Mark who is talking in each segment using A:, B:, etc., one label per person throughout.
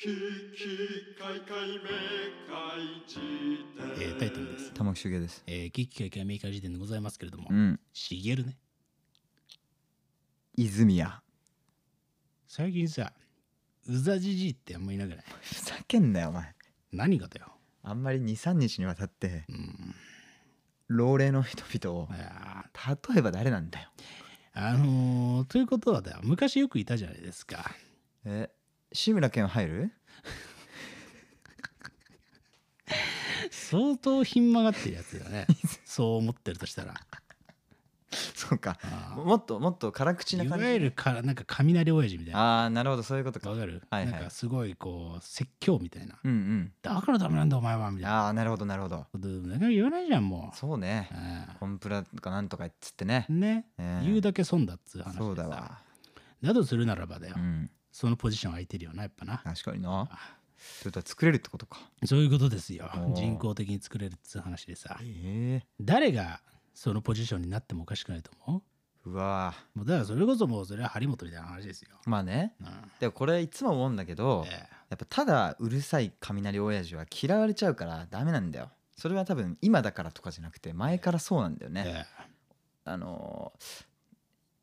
A: ききかいかいめかいじ
B: えータイトルです。
C: 玉木修平です。
B: えー、危機解決メーカー時点でございますけれども
C: う、ん。
B: しげるね。
C: 泉谷。
B: 最近さ、うざじじいってあんまいなくない
C: ふざけんなよ、お前。
B: 何がだよ。
C: あんまり2、3日にわたって、
B: うん。
C: 老齢の人々を、
B: あ
C: 例えば誰なんだよ。
B: ーあのー、ということはだよ、昔よくいたじゃないですか。
C: え、志村けん入る
B: 相当ひん曲がってるやつだよ ね。そう思ってるとしたら。
C: そうか。
B: あー
C: もっともっと辛口ない感じ。
B: わゆるか、なんか雷親父みたいな。
C: ああ、なるほど、そういうことか。
B: わかる、
C: はいはい
B: なんかすごいこう、説教みたいな。
C: うん
B: だからダメなんだお前はみ
C: うん。
B: たいな
C: ああ、なるほど、なるほど。
B: ことだから言わないじゃんもう。
C: そうね。
B: あ
C: コンプラとかなんとかっつってね
B: あ。ね、
C: ええ
B: 言うだけ損だっつう話でさ
C: そうだわ。
B: だとするならばだよ、
C: うん。
B: そのポジション空いてるよなやっぱな
C: 確かにな。それとは作れるってことか。
B: そういうことですよ
C: おー
B: 人工的に作れるっつう話でさ
C: ええ
B: 誰がそのポジションになってもおかしくないと思
C: うわ
B: うもうだからそれこそもうそれは張本みたいな話ですよ、
C: まあね。
B: うん
C: でもこれいつも思うんだけど、
B: ええ
C: やっぱただうるさい雷親父は嫌われちゃうからダメなんだよ。それは多分今だからとかじゃなくて前からそうなんだよね。
B: ええ
C: あのー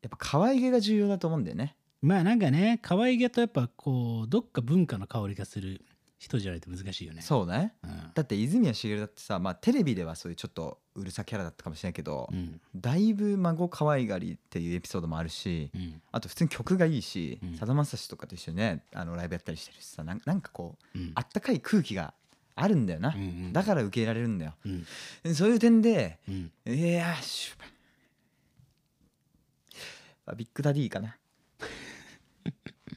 C: やっぱ可愛げが重要だと思うんだよね。
B: まあなんかね可愛げとやっぱこうどっか文化の香りがする人じゃないと難しいよね
C: そうね。
B: う
C: だって泉谷しげるだってさ、まあ、テレビではそういうちょっとうるさキャラだったかもしれないけど、
B: んうん
C: だいぶ孫可愛がりっていうエピソードもあるし
B: うん
C: あと普通に曲がいいし
B: うん
C: さだまさしとかと一緒にねあのライブやったりしてるしさなんなんかこう
B: うん
C: あったかい空気があるんだよな
B: うんうん
C: だから受け入れられるんだよ
B: うん
C: そういう点で
B: うん
C: いやーシュパあビッグダディかな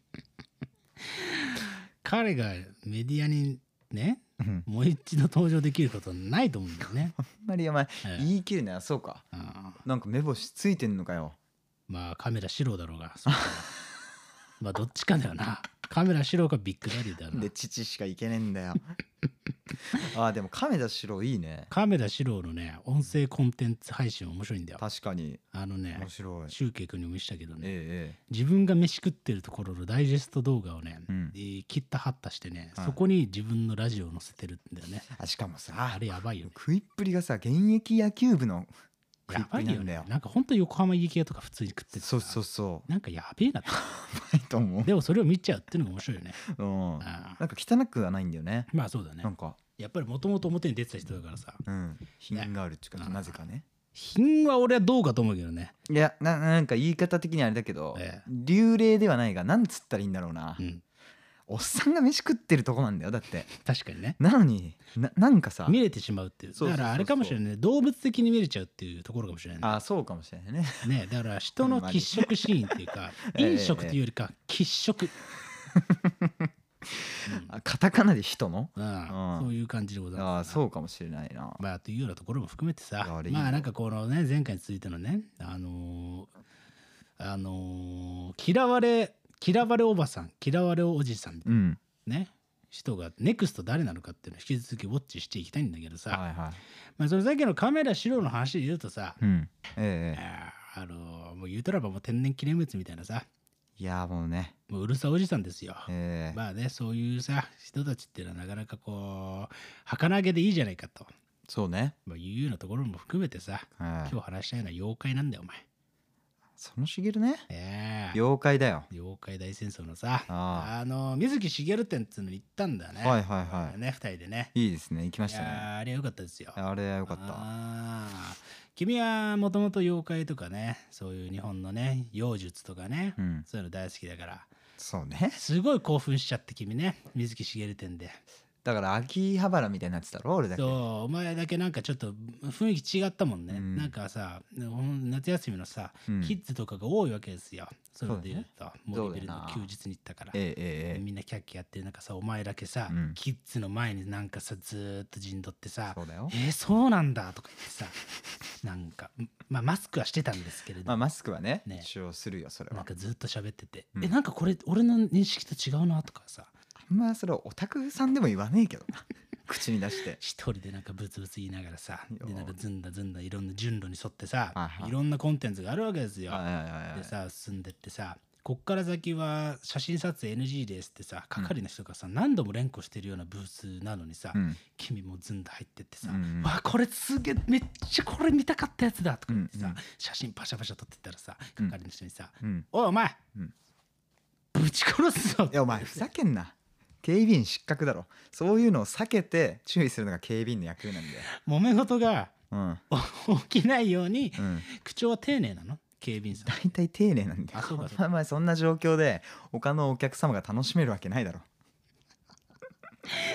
B: 彼がメディアにね
C: うん
B: もう一度登場できることはないと思うんだよ ね。
C: あんまりお前
B: ええ
C: 言い切るなそうか
B: ああ
C: なんか目星ついてんのかよ
B: まあカメラ四郎だろうが。そ っかまあどっちかだよな。カメラ四郎かビッグダディだよな
C: で。父しかいけねえんだよ あーでも亀田四郎いいね
B: カメラ四郎のね音声コンテンツ配信面白いんだよ。
C: 確かに
B: あのね
C: 面白い
B: シュウケイ君にも見せたけど
C: ええ
B: ね
C: ええ
B: 自分が飯食ってるところのダイジェスト動画をね、
C: うん
B: えー切った貼ったしてね、
C: はい
B: そこに自分のラジオを載せてるんだよね。
C: あしかもさ
B: あれやばいよね。
C: 食いっぷりがさ現役野球部の食
B: や
C: いっぷ
B: ば
C: り
B: い
C: な
B: よ
C: んだ
B: ね
C: よ。
B: なんかほんと横浜家系とか普通に食っててさ
C: そうそ うそう
B: なんかやべえなって。
C: ないと思う
B: でもそれを見ちゃうっていうのが面白いよね。
C: うん
B: あ
C: なんか汚くはないんだよね
B: まあそうだね
C: な。んか
B: やっぱりもともと表に出てた人だからさ。
C: うん品があるっていうかなぜかね
B: 品は俺はどうかと思うけどね。
C: いやななんか言い方的にあれだけど
B: ええ
C: 流麗ではないがなんつったらいいんだろうな
B: うん。
C: おっさんが飯食ってるとこなんだよだって
B: 確かにね。
C: なのにななんかさ
B: 見れてしまうっていう。
C: そう
B: だ
C: そうそうそう
B: からあれかもしれないね。動物的に見れちゃうっていうところかもしれない
C: あそうかもしれないね
B: ね。ねだから人の喫食シーンっていうか、
C: ええ
B: 飲食というよりか、喫食。
C: あカタカナで人の
B: うん
C: うん
B: そういう感じでござい
C: あ
B: ます。
C: そうかもしれないな
B: まあというようなところも含めてさ
C: いやあれいいな
B: まあなんかこのね前回についてのねあのーあのー嫌われ嫌われおばさん嫌われおじさんみたい
C: うん
B: なね人がネクスト誰なのかっていうのを引き続きウォッチしていきたいんだけどさ、
C: はいはい
B: まあ、それさっきのカメラ白の話で言うとさ、
C: うんえええ
B: あーあのーもう言うたらばもう天然記念物みたいなさ
C: えいやもうね
B: もううるさおじさんですよ。
C: ええ
B: まあねそういうさ人たちっていうのはなかなかこう儚げでいいじゃないかと、
C: そうね
B: まあ、いうようなところも含めてさ
C: はい
B: 今日話したいのは妖怪なんだよお前。
C: そのしげるね
B: ええ
C: 妖怪だよ
B: 妖怪大戦争のさ
C: あ
B: あの水木しげる展っつうの行ったんだね。
C: はいはいは
B: ね二人でね。
C: いいいですね行きま
B: い
C: し
B: や
C: たね
B: ーあれは良かったですよ。
C: あれはよかった
B: あー君はもともと妖怪とかねそういう日本のね妖術とかね、
C: うん
B: そういうの大好きだから
C: そうね
B: すごい興奮しちゃって君ね水木しげる展で
C: だから秋葉原みたいになってたろ俺だけ
B: そうお前だけなんかちょっと雰囲気違ったもんね、
C: うん
B: なんかさほん夏休みのさ、
C: うん
B: キッズとかが多いわけですよそれ
C: そうだ
B: で
C: よ
B: 言う
C: ね
B: と森
C: そうだ
B: ビ
C: よ
B: ルの
C: な
B: 休日に行ったから
C: えええええ
B: みんなキャッキャやってるなんかさお前だけさ、
C: うん
B: キッズの前になんかさずーっと陣取ってさ
C: えそうだよ
B: えーそうなんだとか言ってさなんか、まあ、マスクはしてたんですけれど、
C: まあマスクはね
B: ね
C: 使用するよそれ
B: な
C: は
B: んかずっと喋ってて、
C: うん
B: えなんかこれ俺の認識と違うなとかさ
C: あんまそれオタクさんでも言わねえけどな 口に出して
B: 一人でなんかブツブツ言いながらさ
C: いや
B: でなんかずんだずんだいろんな順路に沿ってさ
C: はいはい
B: いろんなコンテンツがあるわけですよ。
C: はいはいはいはい
B: でさ進んでってさこっから先は写真撮影 NG ですってさ係の人がさ、何度も連呼してるようなブースなのにさ、
C: うん
B: 君もずんだ入ってってさ「
C: うんうん
B: わこれすげえめっちゃこれ見たかったやつだ」とか言ってさ、
C: うんうん
B: 写真パシャパシャ撮ってったらさ
C: うん
B: 係の人にさ「
C: うん
B: おいお前、
C: うん
B: ぶち殺すぞ」
C: いやお前ふざけんな警備員失格だろそういうのを避けて注意するのが警備員の役目なんだよ
B: 揉め事が
C: うん
B: お起きないように
C: うん
B: 口調は丁寧なの警備員 さん
C: 大体丁寧なんだ
B: あ
C: よ
B: そうかそう
C: お前そんな状況で他のお客様が楽しめるわけないだろ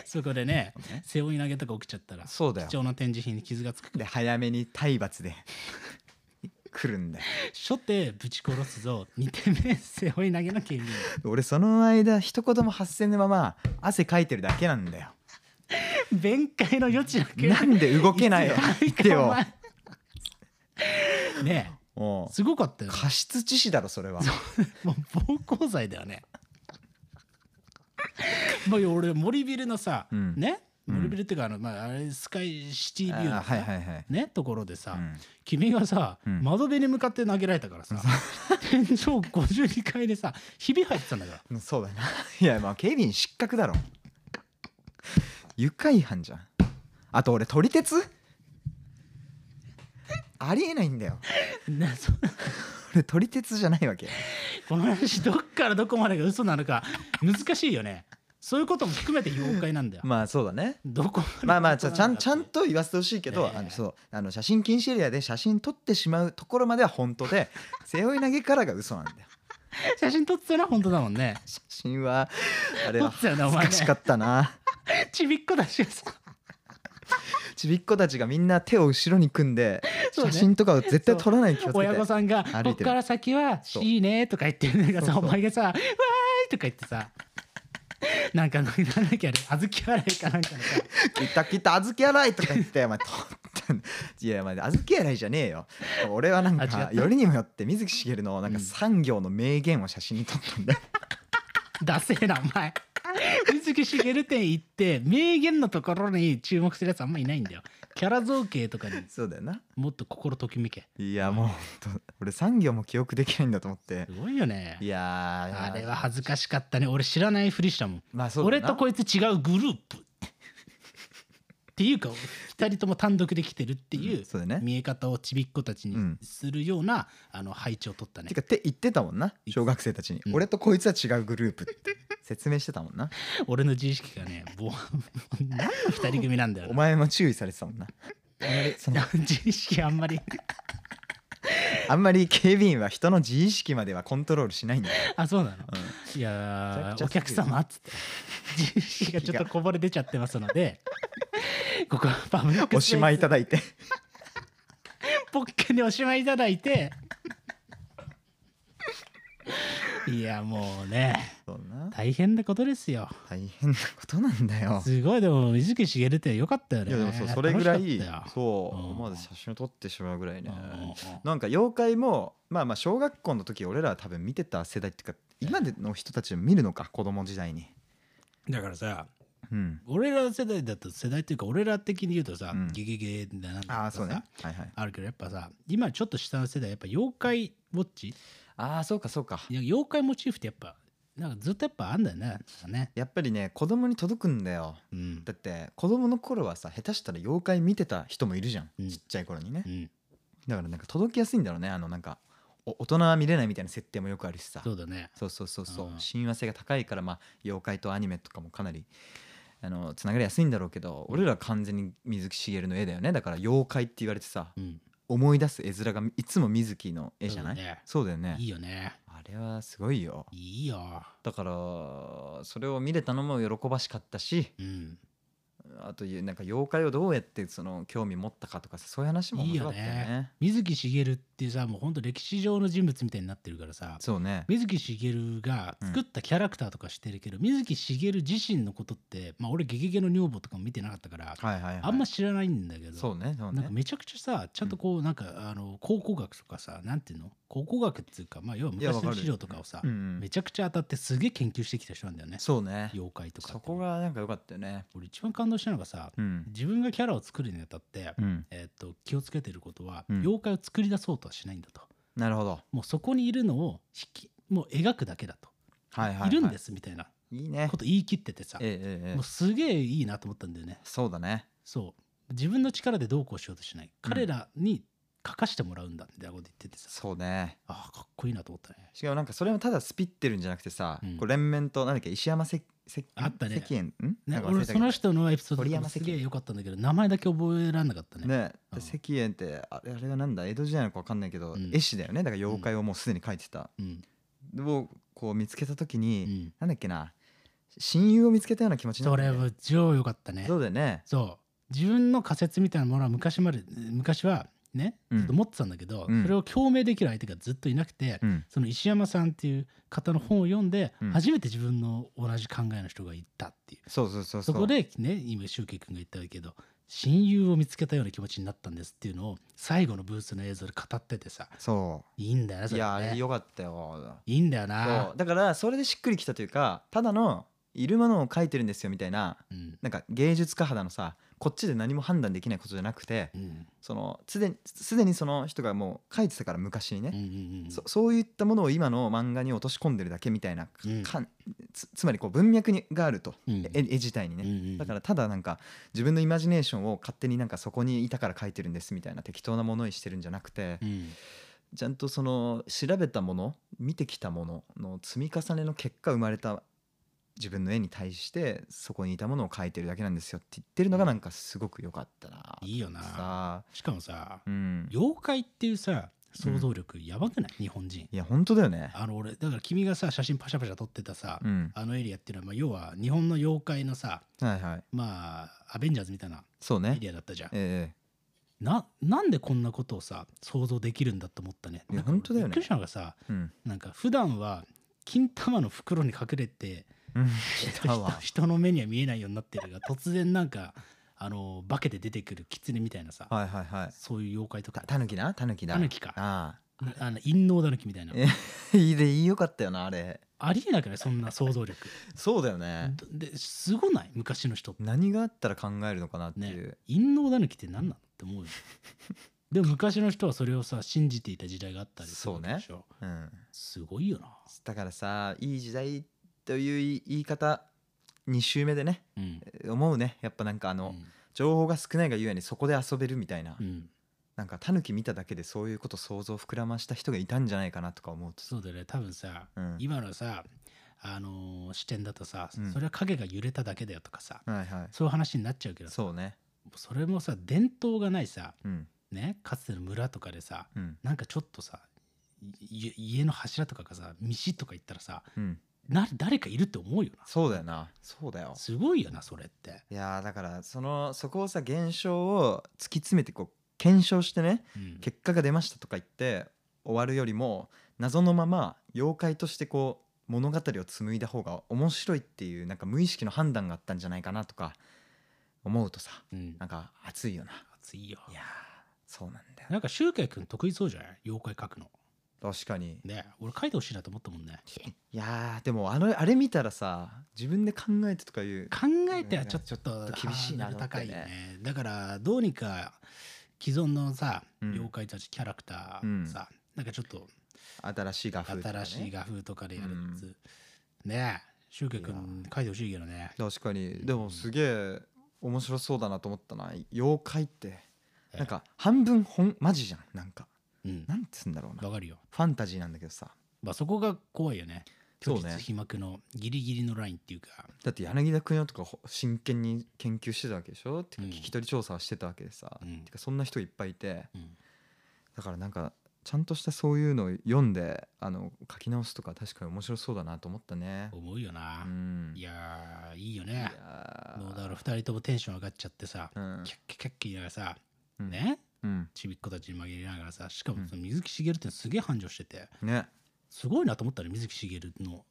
B: そこでね背負い投げとか起きちゃったら
C: そうだよ
B: 貴重な展示品に傷がつく
C: で早めに体罰で 来るんだよ
B: 初手ぶち殺すぞ2手目背負い投げの警備員
C: 俺その間一言も発せぬまま汗かいてるだけなんだよ
B: 弁解の余地なく
C: なんで動けないの
B: いつ
C: 手
B: の
C: を
B: 間にかお前 ね
C: おう
B: えすごかったよね
C: 過失致死だろそれは
B: もう暴行罪だよねまあ俺森ビルのさ、
C: うん
B: ね
C: うん
B: 森ビルっていうかあの、まあ、あれスカイシティビュー
C: あ
B: の
C: ーは
B: さ
C: いはいはい、
B: ねところでさ、
C: うん
B: 君がさ、
C: うん
B: 窓辺に向かって投げられたからさ、天井52階でさひび入ってたんだから
C: うんそうだな いやまあ警備員失格だろ愉快違反じゃんあと俺撮り鉄ありえないんだよ
B: ねそ
C: 俺撮り鉄じゃないわけ
B: この話どっからどこまでが嘘なのか難しいよねそういうことも含めて妖怪なんだよ、
C: まあそうだね
B: どこ
C: まあまあち
B: ち
C: ゃちゃんちゃんと言わせてほしいけど、
B: ええ
C: あのそうあの写真禁止エリアで写真撮ってしまうところまでは本当で背負い投げからが嘘なんだよ
B: 写真撮ってたのは本当だもんね
C: 写真 はあれ
B: 撮
C: は
B: ってたよねお
C: 恥
B: 前
C: ずかしか
B: ね
C: ったな
B: ちびっこだしがさ
C: ちびっ子たちがみんな手を後ろに組んで
B: そうね
C: 写真とかを絶対撮らない気をつけ
B: 親
C: て
B: 御さんが
C: 歩い
B: 「
C: て
B: こっ
C: る
B: から先は
C: そう
B: いいね」とか言ってるのが
C: そう
B: さ
C: そ
B: お
C: う
B: 前がさ「わーい!」とか言ってさなんかなんだっけあれ小豆洗いかなんかのさ
C: 来た来た小豆洗いとか言ってお前撮ったんいやお前小豆洗いじゃねえよ俺はなん
B: あ違った
C: かよりにもよって水木しげるのなんか
B: うん
C: 産業の名言を写真に撮ったんだよ、
B: ダセえなお前水木しげる店行って名言のところに注目するやつあんまいないんだよキャラ造形とかに
C: そうだよな
B: もっと心ときめけ
C: いやもうほんと俺産業も記憶できないんだと思って
B: すごいよね
C: いやー
B: あれは恥ずかしかったね俺知らないふりしたもん
C: まあそうだ
B: 俺
C: な
B: とこいつ違うグループっていうか2人とも単独で来てるっていう
C: うんそうだね
B: 見え方をちびっ子たちに
C: うん
B: するようなあの配置を取ったね
C: てかって言ってたもんな小学生たちに、
B: うん
C: 俺とこいつは違うグループって 説明してたもんな
B: 俺の自意識がね もう何の2人組なんだよ
C: お
B: な
C: 前も注意されてたもんなあんまりその
B: 自意識あんま り
C: あんまり警備員は人の自意識まではコントロールしないんだよ、
B: あそうなの
C: うん
B: いや
C: め
B: ー
C: ちゃ
B: お
C: くちゃ
B: 客様っつって自意識がちょっとこぼれ出ちゃってますのでここはパブリック
C: おしまいいただい て
B: ポッケでおしまいいただいていやもうね
C: そうな
B: 大変なことですよ
C: 大変なことなんだよ。
B: すごいでも水木しげるってよかったよ
C: い
B: ね
C: やでもそうそれぐらい
B: 楽しかったよ
C: そう
B: うん
C: 思わず写真を撮ってしまうぐらいね
B: うんうん
C: なんか妖怪もまあまあ小学校の時俺らは多分見てた世代っていうか今の人たちを見るのか子供時代に
B: だからさ
C: うん
B: 俺ら世代だと世代っていうか俺ら的に言うとさ、
C: うん
B: ゲゲゲだなんだとかさ
C: ああそうねはいはい
B: あるけどやっぱさ今ちょっと下の世代やっぱ妖怪ウォッチ
C: ああそうかそうか
B: いや妖怪モチーフってやっぱなんかずっとやっぱあんだよねなんかね
C: やっぱりね子供に届くんだよ
B: うん
C: だって子供の頃はさ下手したら妖怪見てた人もいるじゃん
B: うん
C: ちっちゃい頃にね
B: うん
C: だからなんか届きやすいんだろうねあのなんかお大人は見れないみたいな設定もよくあるしさ
B: そうだね
C: そうそうそうそう
B: うん
C: 親和性が高いからまあ妖怪とアニメとかもかなりあのつながりやすいんだろうけど俺らは完全に水木しげるの絵だよねだから妖怪って言われてさ
B: うん
C: 思い出す絵面がいつも水木の絵じゃない
B: そうだね
C: そうだよね
B: いいよね
C: あれはすごいよ
B: いいよ
C: だからそれを見れたのも喜ばしかったし
B: うん
C: あというなんか妖怪をどうやってその興味持ったかとかさそういう話も面白かったよ
B: いいよ
C: ね
B: 水木しげるってさもうほんと歴史上の人物みたいになってるからさ
C: そうね
B: 水木しげるが作ったキャラクターとかしてるけど、水木しげる自身のことって、まあ、俺「ゲゲゲの女房」とかも見てなかったから、
C: はいはいはい
B: あんま知らないんだけど
C: そうねそ
B: な
C: う
B: ん
C: ね
B: かめちゃくちゃさちゃんとこうなんかあの考古学とかさなんていうの考古学っていうか、まあ、要はい
C: やわ
B: 昔
C: か
B: の
C: る
B: 資料とかをさ
C: うんうん
B: めちゃくちゃ当たってすげえ研究してきた人なんだよね
C: そうね
B: 妖怪とかって
C: そこがなんか良かったよね
B: 俺一番感動したのがさ
C: うん
B: 自分がキャラを作るにあたって、
C: うん
B: えー、と気をつけてることは、
C: うん
B: 妖怪を作り出そうとはしないんだと
C: なるほど
B: もうそこにいるのを引きもう描くだけだと、
C: はいはい
B: いるんですすみたいない
C: いね
B: こと言い切っててさ、
C: えええええ
B: も
C: え
B: うすげえいいなと思ったんだよね
C: そうだね
B: そう自分の力でどうこうしようとしない彼らに書かしてもらうんだみたいなこと言っててさ、
C: そうね
B: ああかっこいいなと思ったね
C: しかもなんかそれもただスピってるんじゃなくてさ、
B: うん
C: こう連綿となんだっけ石山せせ
B: あったね
C: 石燕んな
B: ね
C: んか忘
B: 俺
C: れた
B: そ
C: けど
B: の人のエピソード
C: 鳥
B: とか
C: 山
B: も
C: 石
B: す
C: 燕
B: げえ良かったんだけど名前だけ覚えられなかったね
C: ね
B: うん
C: 石燕ってあれあれはなんだ江戸時代のか分かんないけど、
B: うん
C: 絵師だよねだから妖怪をもうすでに描いてた、
B: うん
C: をこう見つけた時に、
B: うん
C: なんだっけな親友を見つけたような気持ちにな
B: そ
C: る
B: れ
C: よね
B: は超良かったね
C: そうだよね
B: そう自分の仮説みたいなものは昔まで昔はね
C: うん
B: ずっと持ってたんだけど、
C: うん
B: それを共鳴できる相手がずっといなくて、
C: うん
B: その石山さんっていう方の本を読んで、
C: うん
B: 初めて自分の同じ考えの人がいたっていう
C: そうそうそう
B: そうこでね今周慶君が言ったけど親友を見つけたような気持ちになったんですっていうのを最後のブースの映像で語っててさ
C: そ
B: いいんだよね
C: う
B: そ
C: い
B: れ
C: や
B: ね
C: あれよかったよ
B: いいんだよ
C: そ
B: な
C: うだからそれでしっくりきたというかただのいるものを描いてるんですよみたいな
B: うん
C: なんか芸術家肌のさこっちで何も判断できないことじゃなくて
B: うん
C: そのすでにすでにその人がもう描いてたから昔にね、
B: うんうんうん
C: そそういったものを今の漫画に落とし込んでるだけみたいな、
B: うん
C: かんつつまりこう文脈にがあると、
B: うん
C: 絵絵自体に
B: うんう
C: ね、
B: ん
C: だからただなんか自分のイマジネーションを勝手になんかそこにいたから描いてるんですみたいな適当なものにしてるんじゃなくて、
B: うん
C: ちゃんとその調べたもの見てきたものの積み重ねの結果生まれた自分の絵に対してそこにいたものを描いてるだけなんですよって言ってるのがなんかすごく良かったな。
B: いいよな
C: さ
B: しかもさ
C: うん、
B: 妖怪っていうさ想像力やばくない、日本人
C: いや本当だよね。
B: あの俺だから君がさ写真パシャパシャ撮ってたさ、
C: うん、
B: あのエリアっていうのは、まあ、要は日本の妖怪のさ
C: はいはい
B: まあアベンジャーズみたいな
C: そう
B: エ
C: ね。
B: リアだったじゃん
C: え
B: ななんでこんなことをさ想像できるんだと思ったね
C: いや
B: なんか
C: 本当だよね
B: びっくりしたのがさ
C: えうん。
B: なんか普段は金玉の袋に隠れて
C: うん
B: 人 人の目には見えないようになってるが突然なんかあの化けて出てくる狐みたいなさ、
C: はいはいはい。
B: そういう妖怪とか
C: たぬきなたぬきだ。
B: 狸か
C: あ
B: あの陰謀だぬきみたいな
C: えあ。いいでいいよかったよなあれ。
B: ありえなくないそんな想 像力
C: そうだよね。
B: どですごない昔の人って
C: 何があったら考えるのかなっていう。
B: ね陰謀だぬきって何なのって思うよでも昔の人はそれをさ信じていた時代があったりするわけでしょ、
C: うん。
B: すごいよな、
C: だからさいい時代という言い方2週目でね
B: うん
C: 思うねやっぱなんかあ
B: う
C: の、
B: ん
C: 情報が少ないがゆえにそこで遊べるみたいな、
B: うん、
C: なんかタヌキ見ただけでそういうこと想像膨らました人がいたんじゃないかなとか思うとさ
B: そうだよね多分さ、
C: うん
B: 今のさ、あのー視点だとさ、
C: うん
B: それは影が揺れただけだよとかさ
C: はいはい
B: そういう話になっちゃうけどさ
C: そうね
B: それもさ伝統がないさ、
C: うん
B: ね、かつての村とかでさ
C: うん
B: なんかちょっとさい家の柱とかがさ道とか行ったらさ
C: うん
B: な誰かいるって思うよ
C: そうだよなそうだよ
B: なすごいよなそれって、
C: いやーだからそのそこをさ現象を突き詰めてこう検証してね
B: うん
C: 結果が出ましたとか言って終わるよりも謎のまま妖怪としてこう物語を紡いだ方が面白いっていうなんか無意識の判断があったんじゃないかなとか思うとさ
B: うん
C: なんか熱いよな
B: 熱いよ
C: いやーそうなんだよ
B: なんか周慶君得意そうじゃない妖怪描くの
C: 確かに
B: ね俺書いてほしいなと思ったもんね
C: いやーでもあのあれ見たらさ自分で考えてとかいう
B: 考えてはちょっと
C: ちょっと厳しいな
B: ハードル高い
C: だって
B: ねだからどうにか既存のさ、
C: うん
B: 妖怪たちキャラクターさ、なんかちょっと
C: 新しい画風とかね
B: 新しい画風とかでやるやつ、ねえ周家君書いてほしいけどね
C: 確かにでもすげえ面白そうだなと思ったな妖怪ってなんか半分本マジじゃんなんか
B: うん
C: なんつうんだろうな
B: わかるよ、
C: ファンタジーなんだけどさ
B: まあ、そこが怖いよね
C: そう
B: 虚
C: ね
B: 実被膜のギリギリのラインっていうか
C: だって柳田君よとかほ真剣に研究してたわけでしょてか
B: うん
C: 聞き取り調査はしてたわけでさ、
B: うん
C: てかそんな人いっぱいいて
B: うん
C: だからなんかちゃんとしたそういうのを読んであの書き直すとか確かに面白そうだなと思ったね。
B: 思うよ
C: う
B: な、
C: ん、
B: い
C: や
B: やーいいよ
C: い
B: ね
C: やー
B: もうだから2人ともテンション上がっちゃってさ、
C: うん
B: キャッキャキャッキャ言いながらさ、
C: うん
B: ね
C: うん
B: ちびっ子たちに紛れながらさしかもその水木しげるってすげえ繁盛してて
C: ね
B: すごいなと思ったね水木しげるの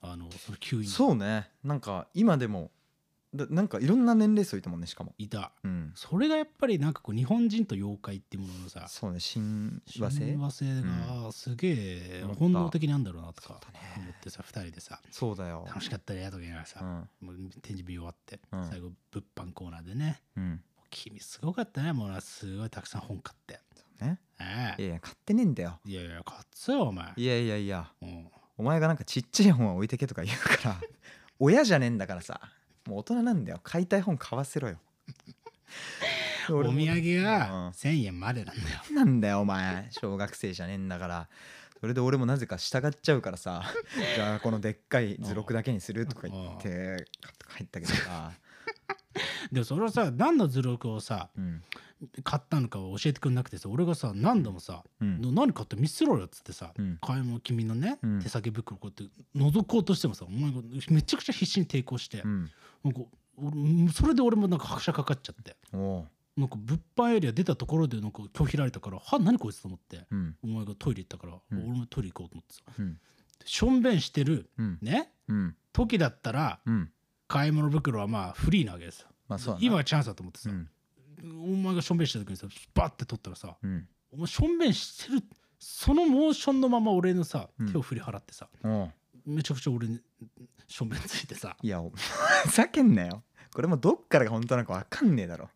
B: あのその吸引
C: そうねなんか今でもだなんかいろんな年齢層いたもんねしかも、
B: いた
C: うん、
B: それがやっぱりなんかこう日本人と妖怪っていうもののさ
C: そうね親和性
B: 親和性がすげえ本能的なんだろうなとか思ってさ2人でさ
C: そうだよ、
B: 楽しかったねとか言いながら
C: う
B: さ
C: ん
B: もう展示見終わって
C: うん
B: 最後物販コーナーでね
C: うん
B: 君すごかったねもうすごいたくさん本買って
C: そうね
B: ええ
C: いやいや買ってねえんだよ
B: いやいや買ってよお前
C: いやいやいや
B: うん
C: お前がなんかちっちゃい本は置いてけとか言うから 親じゃねえんだからさもう大人なんだよ買いたい本買わせろよで
B: お
C: 俺
B: 土
C: も
B: 産
C: うん
B: が1,000円までなんだよ。
C: なんだよお前小学生じゃねえんだからそれで俺もなぜか従っちゃうからさ じゃあこのでっかい図録だけにするとか言って入ったけどさ、
B: でもそれはさ何の図録をさ
C: うん
B: 買ったのかは教えてくれなくてさ俺がさ何度もさ「
C: うん
B: の何買って見せろよ」っつってさ、
C: うん
B: 買い物君のね、
C: うん
B: 手先袋こうやって覗こうとしてもさお前がめちゃくちゃ必死に抵抗して、
C: うん、
B: なんか俺それで俺もなんか拍車かかっちゃって
C: おう
B: なんか物販エリア出たところでなんか拒否られたから「は何こいつ」と思って
C: うん
B: お前がトイレ行ったから、
C: うん
B: 俺もトイレ行こうと思ってさ
C: うん
B: しょんべんしてる
C: うん
B: ね
C: うん
B: 時だったら
C: うん
B: 買い物袋はまあフリーなわけですよ、
C: まあそうだな
B: 今はチャンスだと思ってさ
C: う、ん
B: お前がしょんべんした時にさバッて取ったらさ
C: うん
B: お前しょんべんしてるそのモーションのまま俺のさ
C: うん
B: 手を振り払ってさ、
C: おう
B: めちゃくちゃ俺にしょんべんついてさ
C: いやお ふざけんなよこれもどっからが本当なのか分かんねえだろ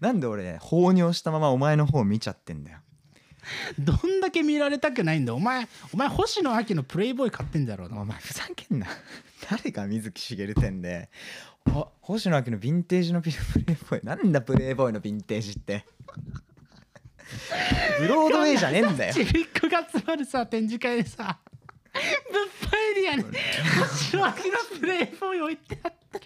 C: なんで俺放尿したままお前の方見ちゃってんだよ
B: どんだけ見られたくないんだお前お前星野亜紀のプレイボーイ買ってんだろうな
C: お前ふざけんな誰が水木しげる店でほ星野明のヴィンテージのプレイボーイなんだプレイボーイのヴィンテージってブロードウェイじゃねえんだよ
B: ちびっこが集まるさ展示会でさ物販エリアに星野亜紀のプレイボーイ置いてあったら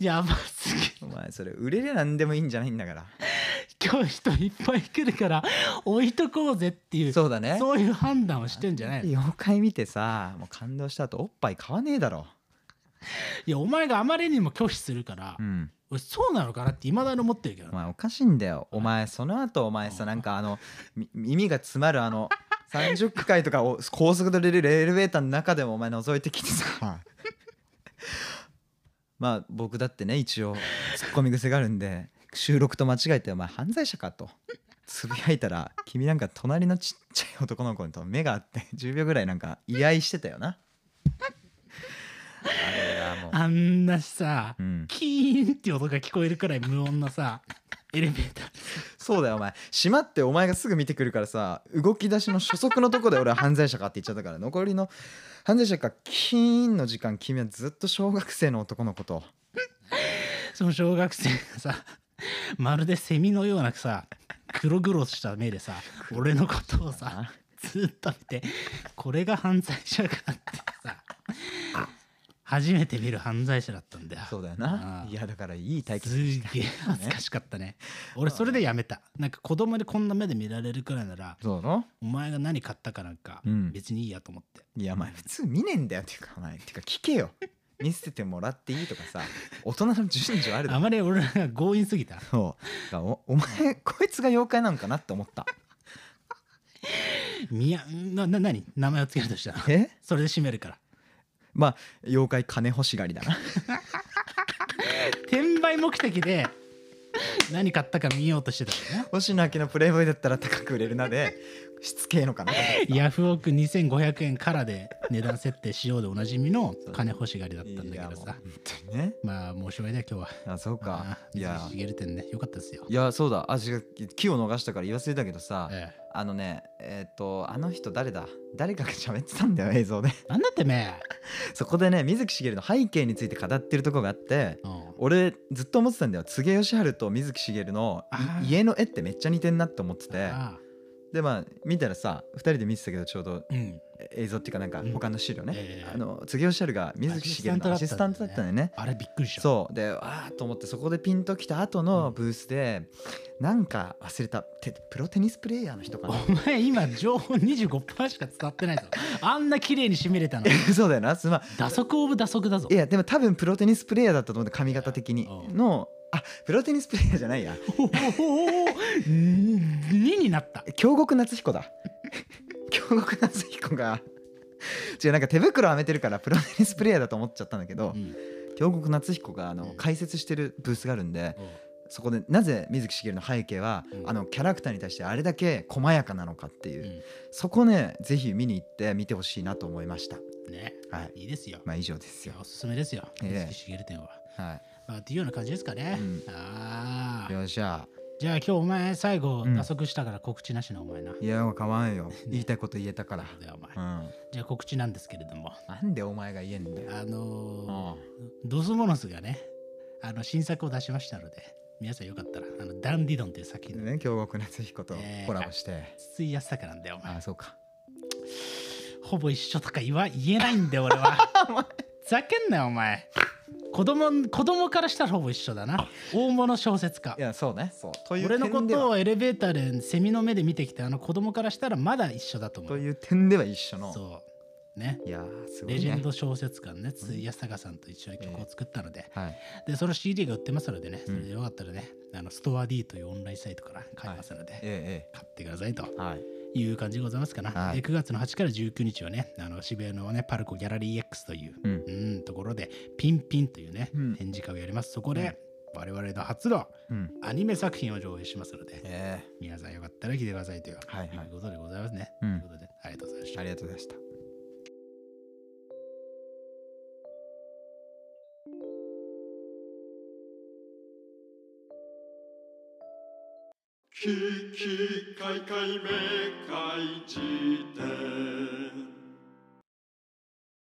B: やばすぎ
C: お前それ売れりゃ何でもいいんじゃないんだから
B: 今日人いっぱい来るから置いとこうぜっていう
C: そうだね
B: そういう判断をしてんじゃないのい
C: 妖怪見てさもう感動した後おっぱい買わねえだろ
B: やお前があまりにも拒否するから、
C: うん
B: 俺そうなのかなっていまだに思ってるけど
C: お
B: な
C: 前おかしいんだよお前その後お前さなんかあのみ耳が詰まるあの30回とかを高速で出るエレベーターの中でもお前覗いてきてさ まあ僕だってね一応ツッコミ癖があるんで収録と間違えてお前犯罪者かとつぶやいたら君なんか隣のちっちゃい男の子と目があって10秒ぐらいなんか居合してたよなあれがもう
B: あんなさ、
C: うん
B: キーンって音が聞こえるくらい無音のさエレベーター
C: そうだよお前閉まってお前がすぐ見てくるからさ動き出しの初速のとこで俺は犯罪者かって言っちゃったから残りの犯罪者かキーンの時間君はずっと小学生の男の子と
B: その小学生がさまるでセミのようなさ黒々した目でさ俺のことをさずっと見てこれが犯罪者かってさ初めて見る犯罪者だったんだよ
C: そうだよ
B: あ
C: な
B: あ
C: いやだからいい体
B: す
C: 験
B: っげえ 恥ずかしかったね俺それでやめたなんか子供でこんな目で見られるくらいなら
C: そうだろ
B: お前が何買ったかなんか
C: うん
B: 別にいいやと思って、
C: いやお前普通見ねえんだよっていうかお前っていうか聞けよ見せてもらっていいとかさ大人の順序あるだ
B: あ
C: ろ
B: まり俺らが強引すぎた
C: そうだからおお前こいつが妖怪なんかなって思った
B: みやなな何名前をつけると したら
C: え
B: それで締めるから
C: まあ妖怪金欲しがりだな
B: 転売目的で何買ったか見ようとしてたからね
C: 星野明のプレイボーイだったら高く売れるなでしつけえのかなと思った
B: ヤフオク2500円からで値段設定しようでおなじみの金欲しがりだったんだけど
C: いや
B: さ
C: もう本当にね
B: まあもうおしまいだよ今日は
C: あそう
B: あ
C: か
B: ー
C: いや
B: 水木しげる店ねよかったですよ
C: いやそうだあ違う気を逃したから言わせれたけどさ
B: え
C: あのねえっ、とあの人誰だ誰かが喋ってたんだよ 映像で
B: え、なんだってめ
C: そこでね水木しげるの背景について語ってるとこがあって
B: うん
C: 俺ずっと思ってたんだよ柘植義治と水木しげるのい
B: あー
C: 家の絵ってめっちゃ似てんなって思ってて
B: ああ
C: でまあ見たらさ2人で見てたけどちょうど
B: うん
C: 映像っていうかなんか他の資料ね、
B: ええ
C: あの柘植義治が水木しげるのアシスタントだったんだよね
B: あれびっくりした
C: そうであーと思ってそこでピンときた後のブースで、なんか忘れたてプロテニスプレーヤーの人かな
B: お前今情報25%しか伝わってないぞあんな綺麗に締めれたの
C: そうだよなすまん
B: 打足オブ打足だぞ
C: いやでも多分プロテニスプレーヤーだったと思って髪型的に
B: うん
C: のあプロテニスプレーヤーじゃないや
B: おおおおお2になった
C: 京極夏彦だ 京極夏彦が違うなんか手袋はめてるからプロテニスプレーヤーだと思っちゃったんだけど、
B: うん
C: 京極夏彦があの
B: うん
C: 解説してるブースがあるんでそこでなぜ水木しげるの背景は、
B: うん
C: あのキャラクターに対してあれだけ細やかなのかっていうう、
B: ん
C: そこね、ぜひ見に行って見てほしいなと思いました。
B: ね
C: はい。
B: いいですよ
C: まあ以上ですよ。
B: おすすめですよ
C: ええ
B: 水木しげる店は
C: は
B: まあっていうような感じですかね
C: うん
B: あ
C: い。
B: あ
C: よっしゃ。
B: じゃあ今日お前最後
C: うん
B: 打足したから告知なしなお前な。
C: いや構わんよ言いたいこと言えたから、
B: だよお前
C: うん、
B: じゃあ告知なんですけれども
C: なんでお前が言えんだよ
B: あの
C: あ
B: ードスモノスがねあの新作を出しましたので皆さんよかったらあのダンディドンっていう作
C: あ
B: 品の
C: ね京極夏彦と
B: ねえ
C: コラボして、
B: 筒井康隆なんだよお前
C: あそうか
B: ほぼ一緒とか言わ言えないんだよ俺 はふざけんなよお前子供子供からしたらほぼ一緒だな大物小説家
C: いやそうねそうという
B: 俺のこ
C: 点で
B: と
C: は
B: をエレベーターでセミの目で見てきたあの子供からしたらまだ一緒だと思
C: と
B: う
C: いう点では一緒の
B: そうね
C: いやーすごい、ね、
B: レジェンド小説家のね筒井康隆さんと一緒に曲を作ったので、
C: はい
B: でその CD が売ってますのでね、
C: う
B: そ
C: ん
B: れでよかったらね、あのストア D というオンラインサイトから買えますので、
C: え
B: 買ってくださいと
C: えええはい
B: いう感じでございますかな。
C: はい
B: で9月の8から19日はね、あの渋谷のねパルコギャラリー X という、
C: うん
B: うんところで、ピンピンというね、
C: うん
B: 展示会をやります。そこで、我々の初の
C: うん
B: アニメ作品を上映しますので、
C: え
B: 皆さんよかったら来てくださいという,、
C: はいはい
B: ことでございますね。
C: えうん
B: ということで、ありがとうございました
C: あ。りがとうございました
A: ききかいかいめかいじて